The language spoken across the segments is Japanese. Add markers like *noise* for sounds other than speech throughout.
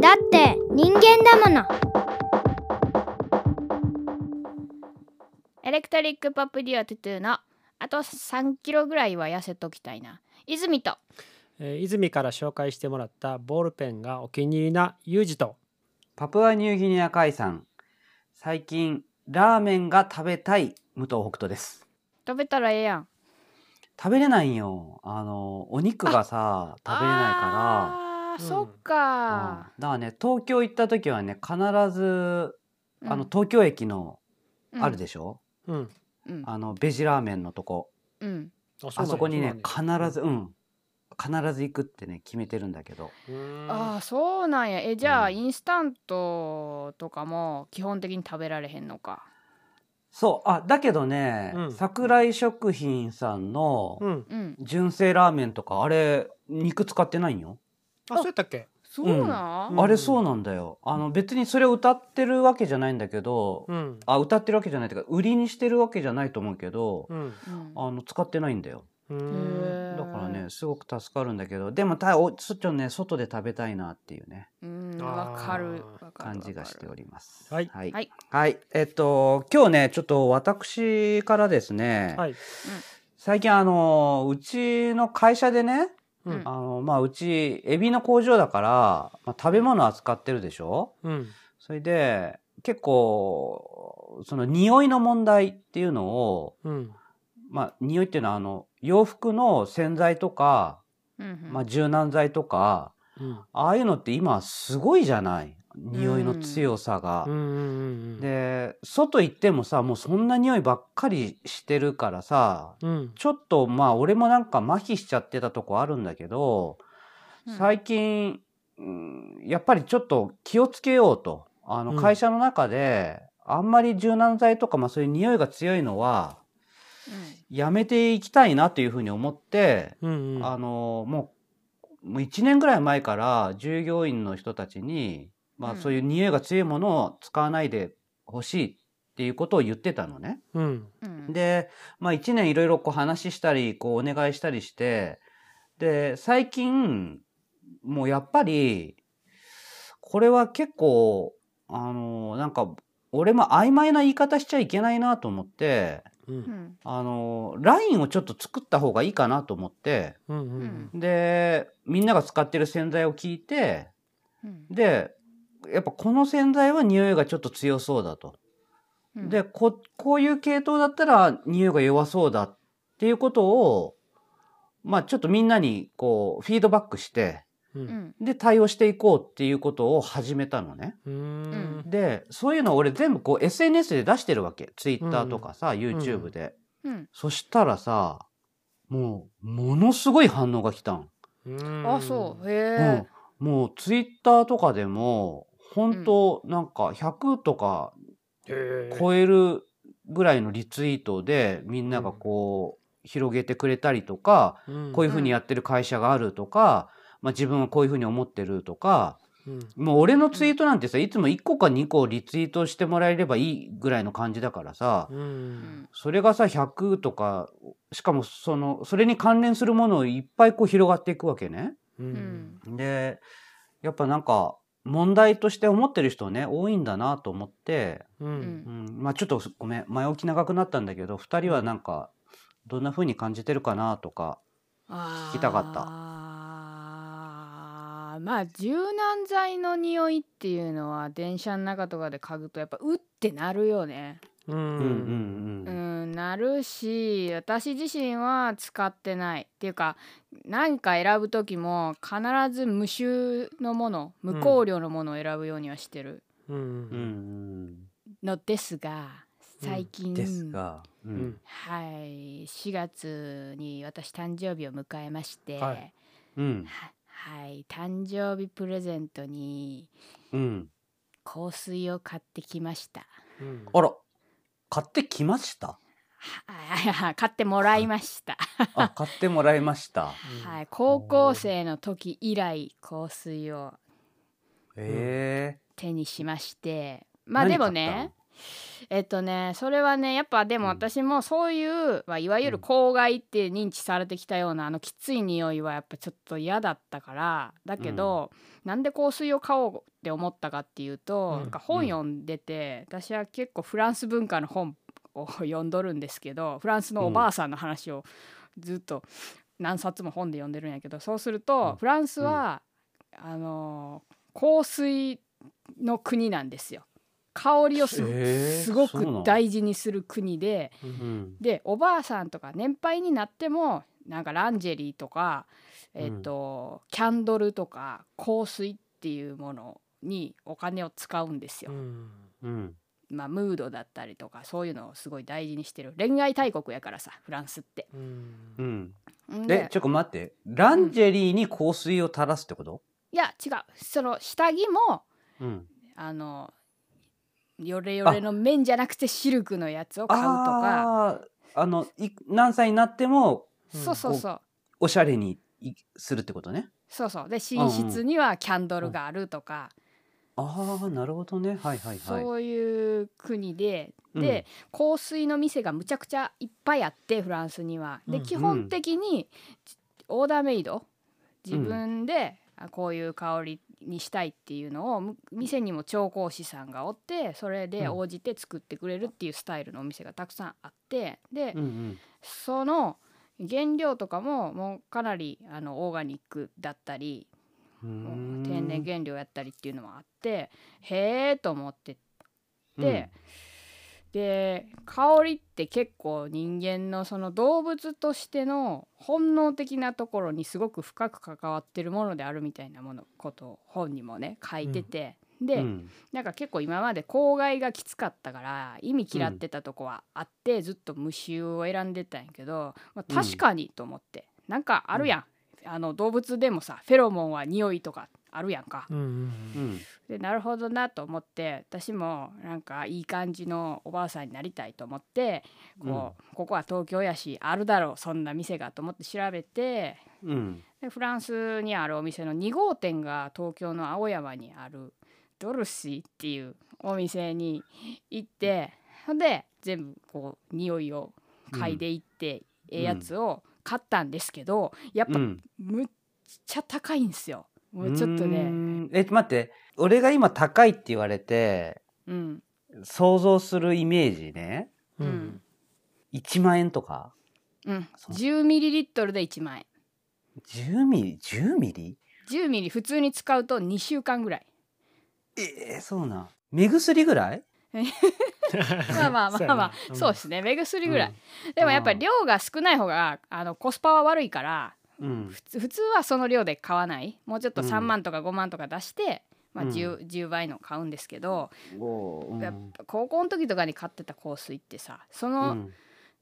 だって人間だものエレクトリック・パプデュア・トゥトゥのあと3キロぐらいは痩せときたいな泉とえー泉から紹介してもらったボールペンがお気に入りなユージとパプアニューギニア海産。最近、ラーメンが食べたい、武藤北斗です。食べたらええやん食べれないんよ。あの、お肉がさ、食べれなあいかー、うんそっら。うんかだからね、東京行った時はね、必ず、うんあの、東京駅の、うんあるでしょ、うんうんあの、ベジラーメンのとこ。うんああそこにね、必ず、ううん。必ず行くってね、決めてるんだけど。あああそうなんやえじゃあ、うんインスタントとかも基本的に食べられへんのかそう、あ、だけどね、うん桜井食品さんの、うんうん純正ラーメンとか、あれ、肉使ってないんよ。あそうやったっけそうなん、うんあれそうなんだよ。あの別にそれを歌ってるわけじゃないんだけど、うんあ歌ってるわけじゃないというか売りにしてるわけじゃないと思うけど、うんうんあの使ってないんだよ。うへんーだからねすごく助かるんだけど、でもたおちょっとね外で食べたいなっていうねうんあーわかるわかる感じがしてるおります。はいはいはいはいえっと今日ねちょっと私からですね、はい最近あのうちの会社でねううんんあのまあうちエビの工場だから、まあ、食べ物扱ってるでしょ。うんそれで、結構、その匂いの問題っていうのを、うんまあ、匂いっていうのは、あの、洋服の洗剤とか、うんうんまあ、柔軟剤とか、うんああいうのって今すごいじゃない匂いの強さがうんう。んで、外行ってもさ、もうそんな匂いばっかりしてるからさ、うんちょっとまあ俺もなんか麻痺しちゃってたとこあるんだけど、うん最近、うんやっぱりちょっと気をつけようと。あうのん会社の中で、あんまり柔軟剤とか、まあそういう匂いが強いのは、やめていきたいなというふうに思って、うんうんあの、もう、もう1年ぐらい前から従業員の人たちに、うまあんそういう匂いが強いものを使わないでほしいっていうことを言ってたのね。うんうんで、まあ、1年いろいろこう話したりこうお願いしたりしてで最近もうやっぱりこれは結構あのなんか俺も曖昧な言い方しちゃいけないなと思ってううんんあのラインをちょっと作った方がいいかなと思ってうんうんうんでみんなが使ってる洗剤を聞いてうんでやっぱこの洗剤は匂いがちょっと強そうだと。うんでここういう系統だったら匂いが弱そうだっていうことをまあちょっとみんなにこうフィードバックしてううんんで対応していこうっていうことを始めたのね。うんでそういうのを俺全部こう SNS で出してるわけ Twitter とかさ、YouTube で、うんそしたらさもうものすごい反応が来たん。うんあそうへうんえもう Twitter とかでも本当なんか100とかへー超えるぐらいのリツイートでみんながこう広げてくれたりとか、うんこういうふうにやってる会社があるとか、まあ、自分はこういうふうに思ってるとかうんもう俺のツイートなんてさいつも1個か2個リツイートしてもらえればいいぐらいの感じだからさううんんそれがさ100とかしかもそのそれに関連するものをいっぱいこう広がっていくわけね。ううんんでやっぱなんか問題として思ってる人ね多いんだなと思ってううんんうん、まあちょっとごめん前置き長くなったんだけど2人はなんかどんな風に感じてるかなとか聞きたかったまあ柔軟剤の匂いっていうのは電車の中とかで嗅ぐとやっぱうってなるよね。ううんうんんううんんなるし私自身は使ってないっていうか何か選ぶ時も必ず無臭のもの無香料のものを選ぶようにはしてるううんんのですがうん最近、うんですが、ううんんはい4月に私誕生日を迎えまして、ははいいうんはい、誕生日プレゼントにうん、香水を買ってきました。うんあら買ってきましたは買ってもらいました。 *laughs* あ買ってもらいましたはい、高校生の時以来香水をへえ手にしましてまあでもねえっとねそれはねやっぱでもうん私もそういう、まあ、いわゆるうん公害って認知されてきたようなあのきつい匂いはやっぱちょっと嫌だったからだけど、なんで香水を買おうって思ったかっていうと、うんなんか本読んでて、私は結構フランス文化の本を読んどるんですけどフランスのおばあさんの話をずっと何冊も本で読んでるんやけどそうすると、うんフランスは、あのー香水の国なんですよ。香りをす,、えーすごそうなのく大事にする国でうんでおばあさんとか年配になってもなんかランジェリーとか、えっとキャンドルとか香水っていうものにお金を使うんですよ。うんまあ、ムードだったりとかそういうのをすごい大事にしてる恋愛大国やからさフランスって。うんんんでえちょっと待ってランジェリーに香水を垂らすってこといや違うその下着もうんあのヨレヨレの綿じゃなくてシルクのやつを買うとかあーあのい何歳になってもーそうそうそうおしゃれにいするってことねそうそうで寝室にはキャンドルがあるとか、ああなるほどねはいはいはいそういう国で、うんで香水の店がむちゃくちゃいっぱいあってフランスには。でうん基本的にじオーダーメイド自分であこういう香りにしたいっていうのをむ店にも調香師さんがおってそれで応じて作ってくれるっていうスタイルのお店がたくさんあってで、うんうんその原料とかももうかなりあのオーガニックだったりうーん天然原料やったりっていうのもあってへえと思ってて、で香りって結構人間のその動物としての本能的なところにすごく深く関わってるものであるみたいなものことを本にもね書いてて、うんで、うんなんか結構今まで公害がきつかったから意味嫌ってたとこはあって、ずっと無臭を選んでたんやけど、まあ、うん確かにと思って、なんかあるやん、あの動物でもさフェロモンは匂いとかあるやんか、うんうんうんでなるほどなと思って私もなんかいい感じのおばあさんになりたいと思ってこう、ここは東京やしあるだろうそんな店がと思って調べてうんでフランスにあるお店の2号店が東京の青山にあるドルシーっていうお店に行ってほんで全部こう匂いを嗅いでいって、ええやつを買ったんですけどやっうぱんむっちゃ高いんですよ。もうちょっとうーね、んえ待って俺が今高いって言われてうん、想像するイメージねううんん1万円とかうん、そう10ミリリットルで1万円10ミリ10ミリ10ミリ普通に使うと2週間ぐらいええそうなん目薬ぐらいまあまあまあまあそうでしすね目薬ぐらい、うでもやっぱり量が少ない方があのコスパは悪いからうん普通普通はその量で買わないもうちょっとうん3万とか5万とか出して、うまんあ、10, 10倍の買うんですけど、おーやっぱ高校の時とかに買ってた香水ってさその、うん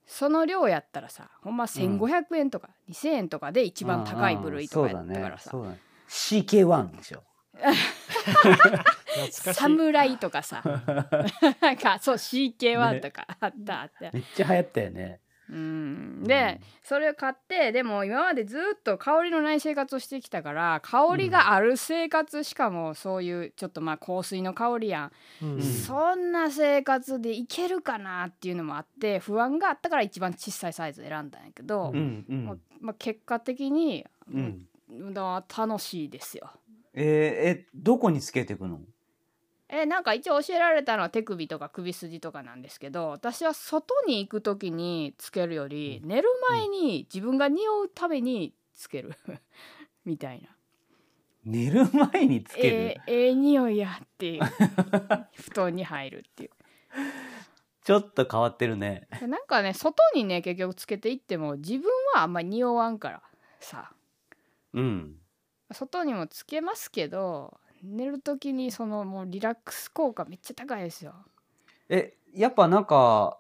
その量やったらさほんま1,500円とか、2,000円とかで一番高い部類とかやったからさそうだねそうだね CK1 でしょ懐かしい侍とか *laughs* さなんかそう CK1 ねとかあったあった、めっちゃ流行ったよねうんで、それを買ってでも今までずっと香りのない生活をしてきたから香りがある生活しかもそういうちょっとまあ香水の香りやうんん、うんそんな生活でいけるかなっていうのもあって不安があったから一番小さいサイズ選んだんやけど、うんうまあんまあ結果的に、うんまあ楽しいですよ。えーえどこにつけていくのえなんか一応教えられたのは手首とか首筋とかなんですけど私は外に行く時につけるより、寝る前に自分が匂うためにつける *laughs* みたいな寝る前につける、えーええ匂いやって *laughs* いう布団に入るっていちょっと変わってるねうなんかね外にね結局つけていっても自分はあんまり匂わんからさうん外にもつけますけど寝る時にそのもうリラックス効果めっちゃ高いですよえやっぱなんか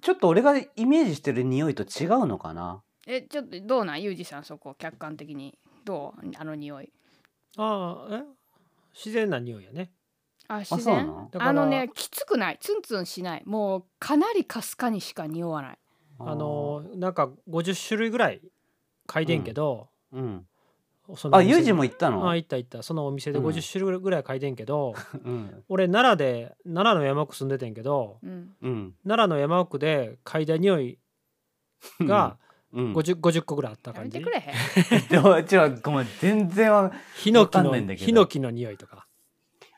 ちょっと俺がイメージしてる匂いと違うのかなえちょっとどうなんユージさんそこ客観的にどうあの匂いああえ自然な匂いやねああ自そうな然のだからあのねきつくないツンツンしないもうかなりかすかにしか匂わないあのなんか50種類ぐらい嗅いでんけど、うんそのあ、お店ユージも行ったのあ行った行ったそのお店でうん50種類ぐらい買いてんけど、うん。俺奈良で奈良の山奥住んでてんけどうんうん。奈良の山奥で嗅いだ匂いがうん、うん。 50, 50個ぐらいあったや感めじてくれへんでも *laughs* ちょ、ごめん、全然わヒノキわかんないんのだけどヒノキの匂いとか、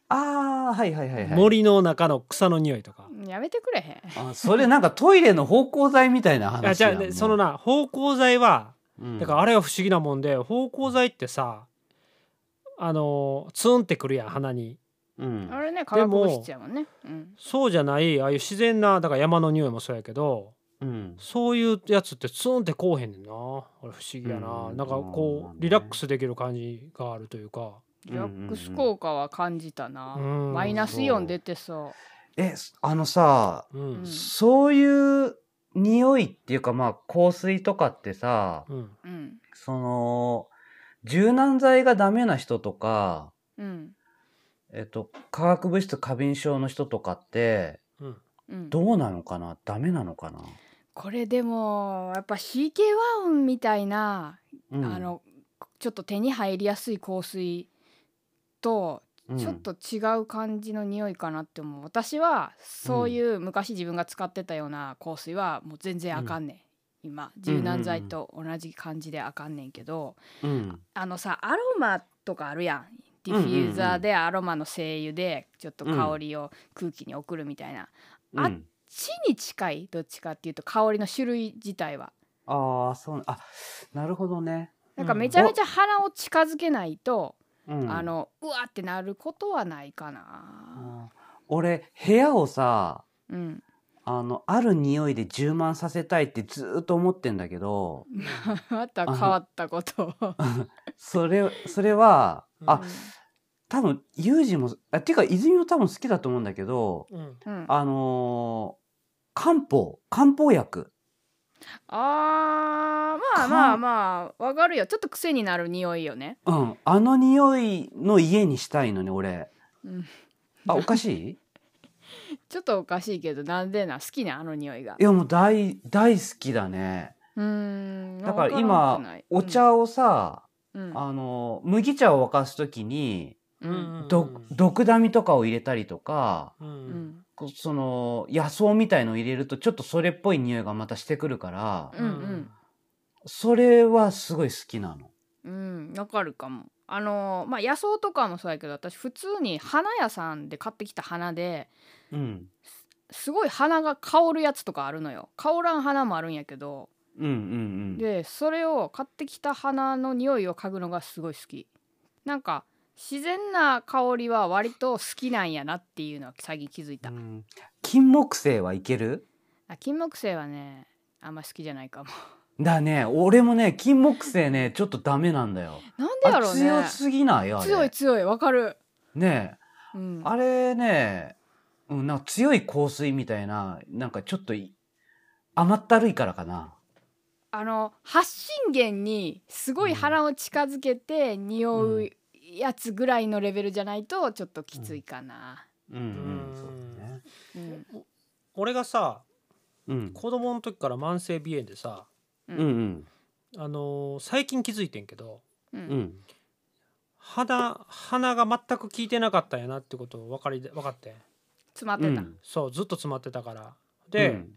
ああ、はいはいはいはい。森の中の草の匂いとかやめてくれへんあそれなんかトイレの芳香剤みたいな話あじゃあね、そのな芳香剤はなだからあれは不思議なもんで芳香剤ってさあのツンってくるやん鼻にうんあれね化学物質やもんねうんそうじゃないああいう自然なだから山の匂いもそうやけどうんそういうやつってツンってこうへんねんな俺不思議やな、うんなんかこうリラックスできる感じがあるというかリラックス効果は感じたな、うんマイナスイオン出てそえあのさ、ううんんそういう匂いっていうかまあ香水とかってさうんううんその柔軟剤がダメな人とか、うんえっと、化学物質過敏症の人とかってうんうん、どうなのかなダメなのかな、これでもやっぱ CK1 音みたいな、うんあ、のちょっと手に入りやすい香水とうんちょっと違う感じの匂いかなって思う、私はそういう昔自分が使ってたような香水はもう全然あかんねん、今柔軟剤と同じ感じであかんねんけど、うんあのさアロマとかあるやんディフューザーでアロマの精油でちょっと香りを空気に送るみたいな、うんあ地に近いどっちかっていうと香りの種類自体はああそうあなるほどね、なんかめちゃめちゃ鼻を近づけないと、うん、あのうわってなることはないかなあー俺部屋をさうん、あのある匂いで充満させたいってずーっと思ってんだけど *laughs* また変わったことをそれそれはうあ多分ユージもあていうか泉も多分好きだと思うんだけどうんうん、ああのー漢方漢方薬あーまあまあまあわかるよちょっと癖になる匂いよね、うんあの匂いの家にしたいのね俺うん、あおかし *laughs* いちょっとおかしいけどなんでな好きねあの匂いがいやもう大大好きだねうーんだからわ今らんくないお、茶をさ、うんあのー麦茶を沸かす時にうんうんど毒ダミとかを入れたりとかうんううんんこうその野草みたいのを入れるとちょっとそれっぽい匂いがまたしてくるからうんうんそれはすごい好きなの。うんわかるかもあのーまあ野草とかもそうやけど私普通に花屋さんで買ってきた花でうんすごい花が香るやつとかあるのよ香らん花もあるんやけどうんうんうんでそれを買ってきた花の匂いを嗅ぐのがすごい好きなんか自然な香りは割と好きなんやなっていうのは最近気づいた、うん。金木犀はいけるあ金木犀はねあんま好きじゃないかも *laughs* だね俺もね金木犀ねちょっとダメなんだよ。なんでやろうねあ強すぎないあれ強い強いわかる、ねえうん、あれね、うん、なんか強い香水みたいななんかちょっとい甘ったるいからかな。あの発信源にすごい鼻を近づけて匂ううやつぐらいのレベルじゃないとちょっときついかな。うんうんそうだね。うん俺がさうん子供の時から慢性鼻炎でさうんうんあのー最近気づいてんけどううんん。鼻鼻が全く効いてなかったんやなってことを分かり分かってん詰まってた。そうずっと詰まってたからで、うん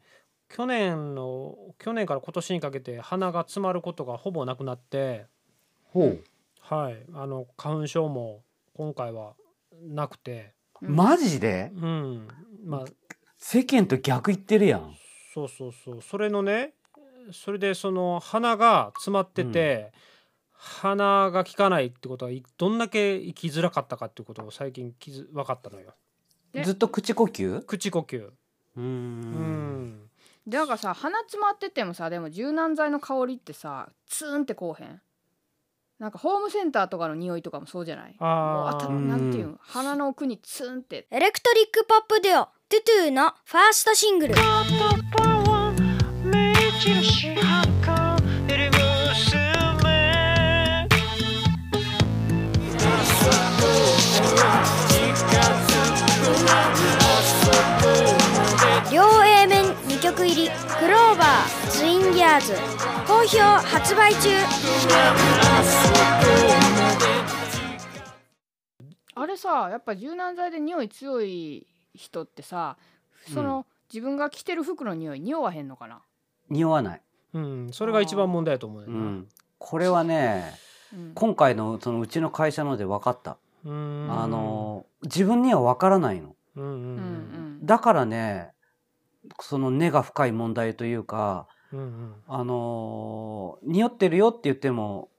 去年の去年から今年にかけて鼻が詰まることがほぼなくなってほう。はいあの花粉症も今回はなくてうんマジでうんまあ世間と逆言ってるやん。そうそうそうそれのねそれでその鼻が詰まってて、鼻が効かないってことはいどんだけ生きづらかったかっていうことを最近気づ分かったのよでずっと口呼吸口呼吸ううー。んんでなんかさ鼻詰まっててもさでも柔軟剤の香りってさツーンってこうへん。なんかホームセンターとかの匂いとかもそうじゃない。もうああたーなんていうん鼻の奥にツーンって。エレクトリックポップデュオトゥトゥのファーストシングル両 A 面2曲属入りクローバーツインギャーズ好評発売中あれさやっぱ柔軟剤で匂い強い人ってさその、自分が着てる服の匂い匂わへんのかな、匂わない。うん、それが一番問題だと思うような、ん。これはね、うん今回のそのうちの会社ので分かった。うんあの、自分には分からないの。うんうんうんだからね、その根が深い問題というか、うんうんあのー匂ってるよって言っても、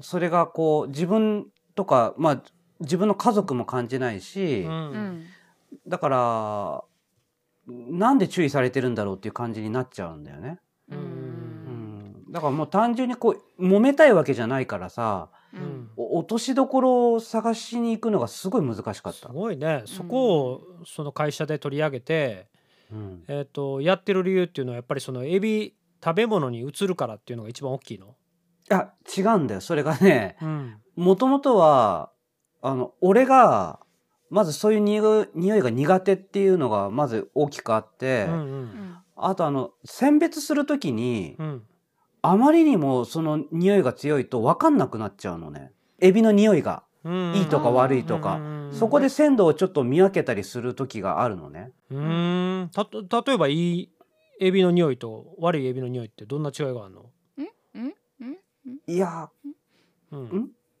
それがこう、自分とか、まあ、自分の家族も感じないし、うんうんうんだから、なんで注意されてるんだろうっていう感じになっちゃうんだよね。ううんん。だからもう単純にこう、揉めたいわけじゃないからさ、ううんんお落としどころを探しに行くのがすごい難しかっすた。ごいねそこをその会社で取り上げて、うん。えー、とやってる理由っていうのはやっぱりそのエビ食べ物に移るからっていうのが一番大きいの。あ、違うんだよ。それがね、うんもともとは、あの、俺が、まずそういう匂い匂いが苦手っていうのがまず大きくあって、うんううんんあとあの、選別するときに、うんあまりにもその匂いが強いと分かんなくなっちゃうのね。エビの匂いが、うんいいとか悪いとうか。んそこで鮮度をちょっと見分けたりするときがあるのね。うんたと例えばいいエビの匂いと悪いエビの匂いってどんな違いがあるの、いやうんん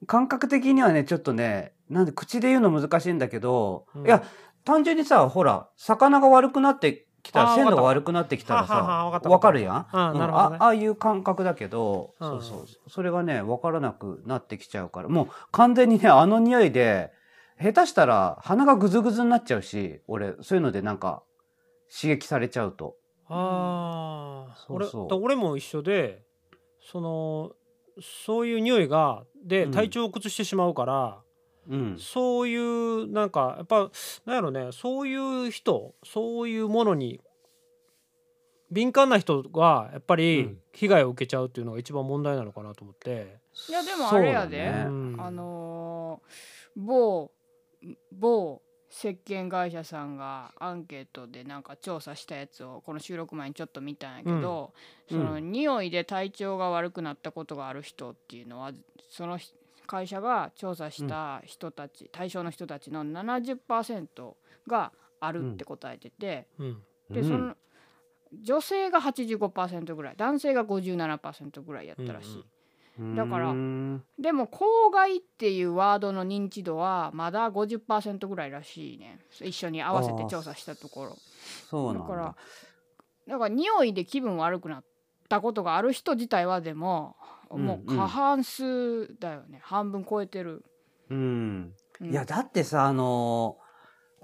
ー、感覚的にはね、ちょっとね、なんで口で言うの難しいんだけど、うんいや、単純にさ、ほら、魚が悪くなってきたあら、ー鮮度わかが悪くなってきたらはあはあわさ、かわったかるやんあーうんなるほどねあああいう感覚だけど、うんそうそう。それがね、わからなくなってきちゃうから、もう完全にね、あの匂いで、下手したら鼻がぐずぐずになっちゃうし、俺、そういうのでなんか、刺激されちゃうと。あーうんそうそう俺だ俺も一緒でそのそういう匂いがでうん体調を崩してしまうから、うん。そういうなんかやっぱなんやろねそういう人そういうものに敏感な人がやっぱうりん被害を受けちゃうっていうのが一番問題なのかなと思って。いやでもあれやでそうだねうんあのー某某石鹸会社さんがアンケートでなんか調査したやつをこの収録前にちょっと見たんやけど、うんその匂いで体調が悪くなったことがある人っていうのはその人会社が調査した人たち、対象の人たちの70%があるって答えてて、うんでその女性が85%ぐらい男性が57%ぐらいやったらしい。うんうんうんだからうんでも公害っていうワードの認知度はまだ50%ぐらいらしいね一緒に合わせて調査したところそうなんだからだ。だから匂いで気分悪くなったことがある人自体はでもうんもう過半数だよね、半分超えてる、うん。うんいや、だってさ、あのー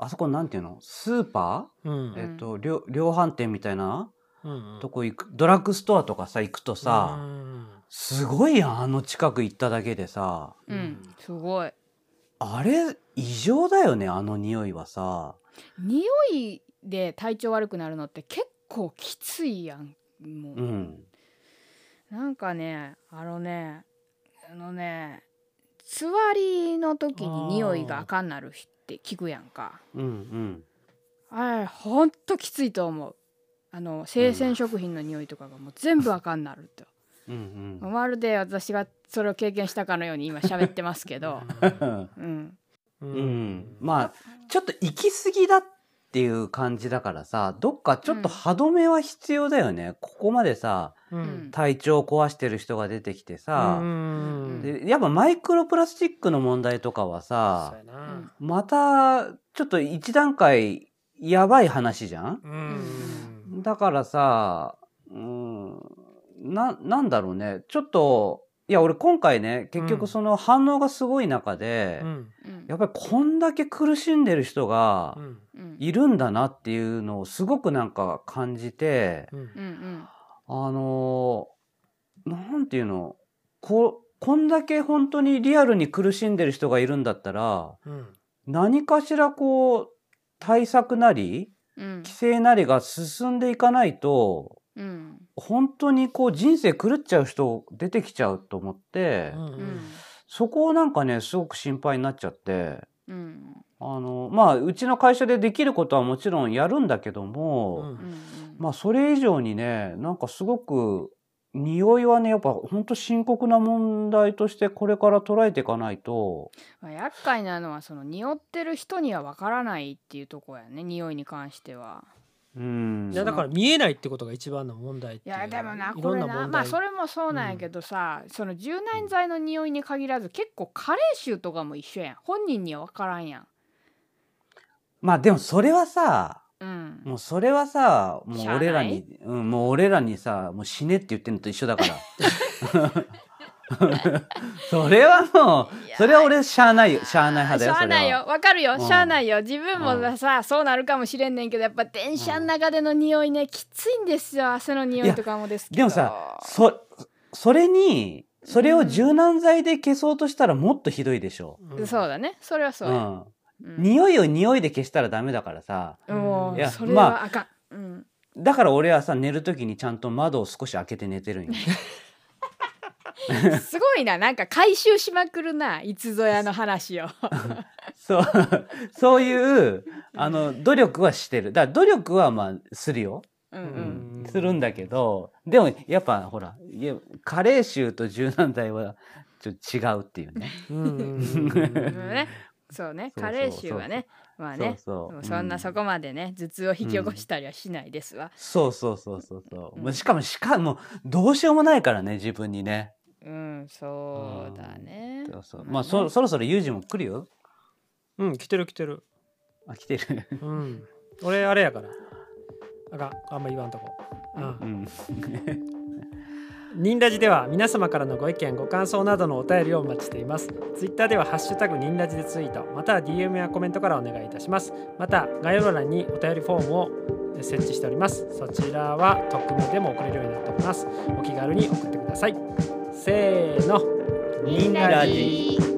あそこなんていうのスーパうんー、んえっと、量量販店みたいなうんうんとこ行く、ドラッグストアとかさ、行くとさ、うんすごいやん、あの近く行っただけでさ。うん、すごいあれ、異常だよね、あの匂いはさ。匂いで体調悪くなるのって結構きついやんもう、うん。なんかねあのねあのねつわりの時に匂いがあかんなる日って聞くやんかうんうん。あれほんときついと思うあの生鮮食品の匂いとかがもう全部あかんなると、うんまるで私がそれを経験したかのように今喋ってますけ *laughs* どうん。うんううんん。まあ、ちょっと行き過ぎだっていう感じだからさ、どっかちょっと歯止めは必要だよね。ここまでさ、ううん体調を壊してる人が出てきてうさ、んでやっぱマイクロプラスチックの問題とかはそうさや、なまた、ちょっと一段階やばい話じゃんうんだからさ、うん、な、なんだろうね。ちょっと、いや、俺今回ね、結う局んその反応がすごい中で、うんうんやっぱりこんだけ苦しんでる人がうんうんいるんだなっていうのをすごくなんか感じて、うんうんうんあのーなんていうの、こ、こんだけ本当にリアルに苦しんでる人がいるんだったら、うん何かしらこう、対策なり、うん規制なりが進んでいかないと、うん本当にこう人生狂っちゃう人出てきちゃうと思って、うんうんそこをなんかね、すごく心配になっちゃって、うんあの、まあ、うちの会社でできることはもちろんやるんだけどうも、うんんまあそれ以上にね、なんかすごく、匂いはね、やっぱ本当深刻な問題としてこれから捉えていかないと、まあ、厄介なのはその匂ってる人にはわからないっていうとこやね匂いに関しては。うん。いやだから見えないってことが一番の問題っいていうやでもないころんれなな問まあ題それもそうなんやけどさ、その柔軟剤の匂いに限らず結構加齢臭とかも一緒やん本人には分からんやん。まあでもそれはさ、うん、もうそれはさ、もうしゃあない俺らに、うん、もう俺らにさ、もう死ねって言ってんのと一緒だから。 *laughs* それはもう、それは俺しゃあないよ、しゃあない派だよ、しゃそあれは。ないよわかるよ、うんしゃあないよ自分もさ、そうなるかもしれんねんけどやっぱ電車の中での匂いね、きついんですよ汗の匂いとかもですけどでもさ、そ、それに、それを柔軟剤で消そうとしたらもっとひどいでしょ。うんそうだねそれはそううや、ん。うん匂いを匂いで消したらダメだからさ。もいうやそれまあはあかん、うん *laughs* だから俺はさ、寝るときにちゃんと窓を少し開けて寝てるん *laughs* よ。すごいななんか回収しまくるないつぞやの *laughs* 話をそう、そういう、あの、努力はしてる。だから努力はまあ、するよ。うん、う、うんんするんだけど、でもやっぱほら、いや加齢臭と柔軟剤はちょっと違うっていうね。うんうんでもねそうねそう加そう齢臭はねまあねそうそうもそんなそこまでね、頭痛を引き起こしたりはしないですわそうそうそうそうそう。うんもうしかもしかもどうしようもないからね自分にね。うん、そうだねそうそうまあそそろそろユージも来るよ。うん来てる来てるあ来て *laughs* る。うん俺あれやからあかんあんま言わんとこうんうん。ニンラジでは皆様からのご意見ご感想などのお便りをお待ちしていますツイッターではハッシュタグニンラジでツイートまたは DM やコメントからお願いいたしますまた概要欄にお便りフォームをえ設置しておりますそちらは匿名でも送れるようになっておりますお気軽に送ってくださいせーのニンラジー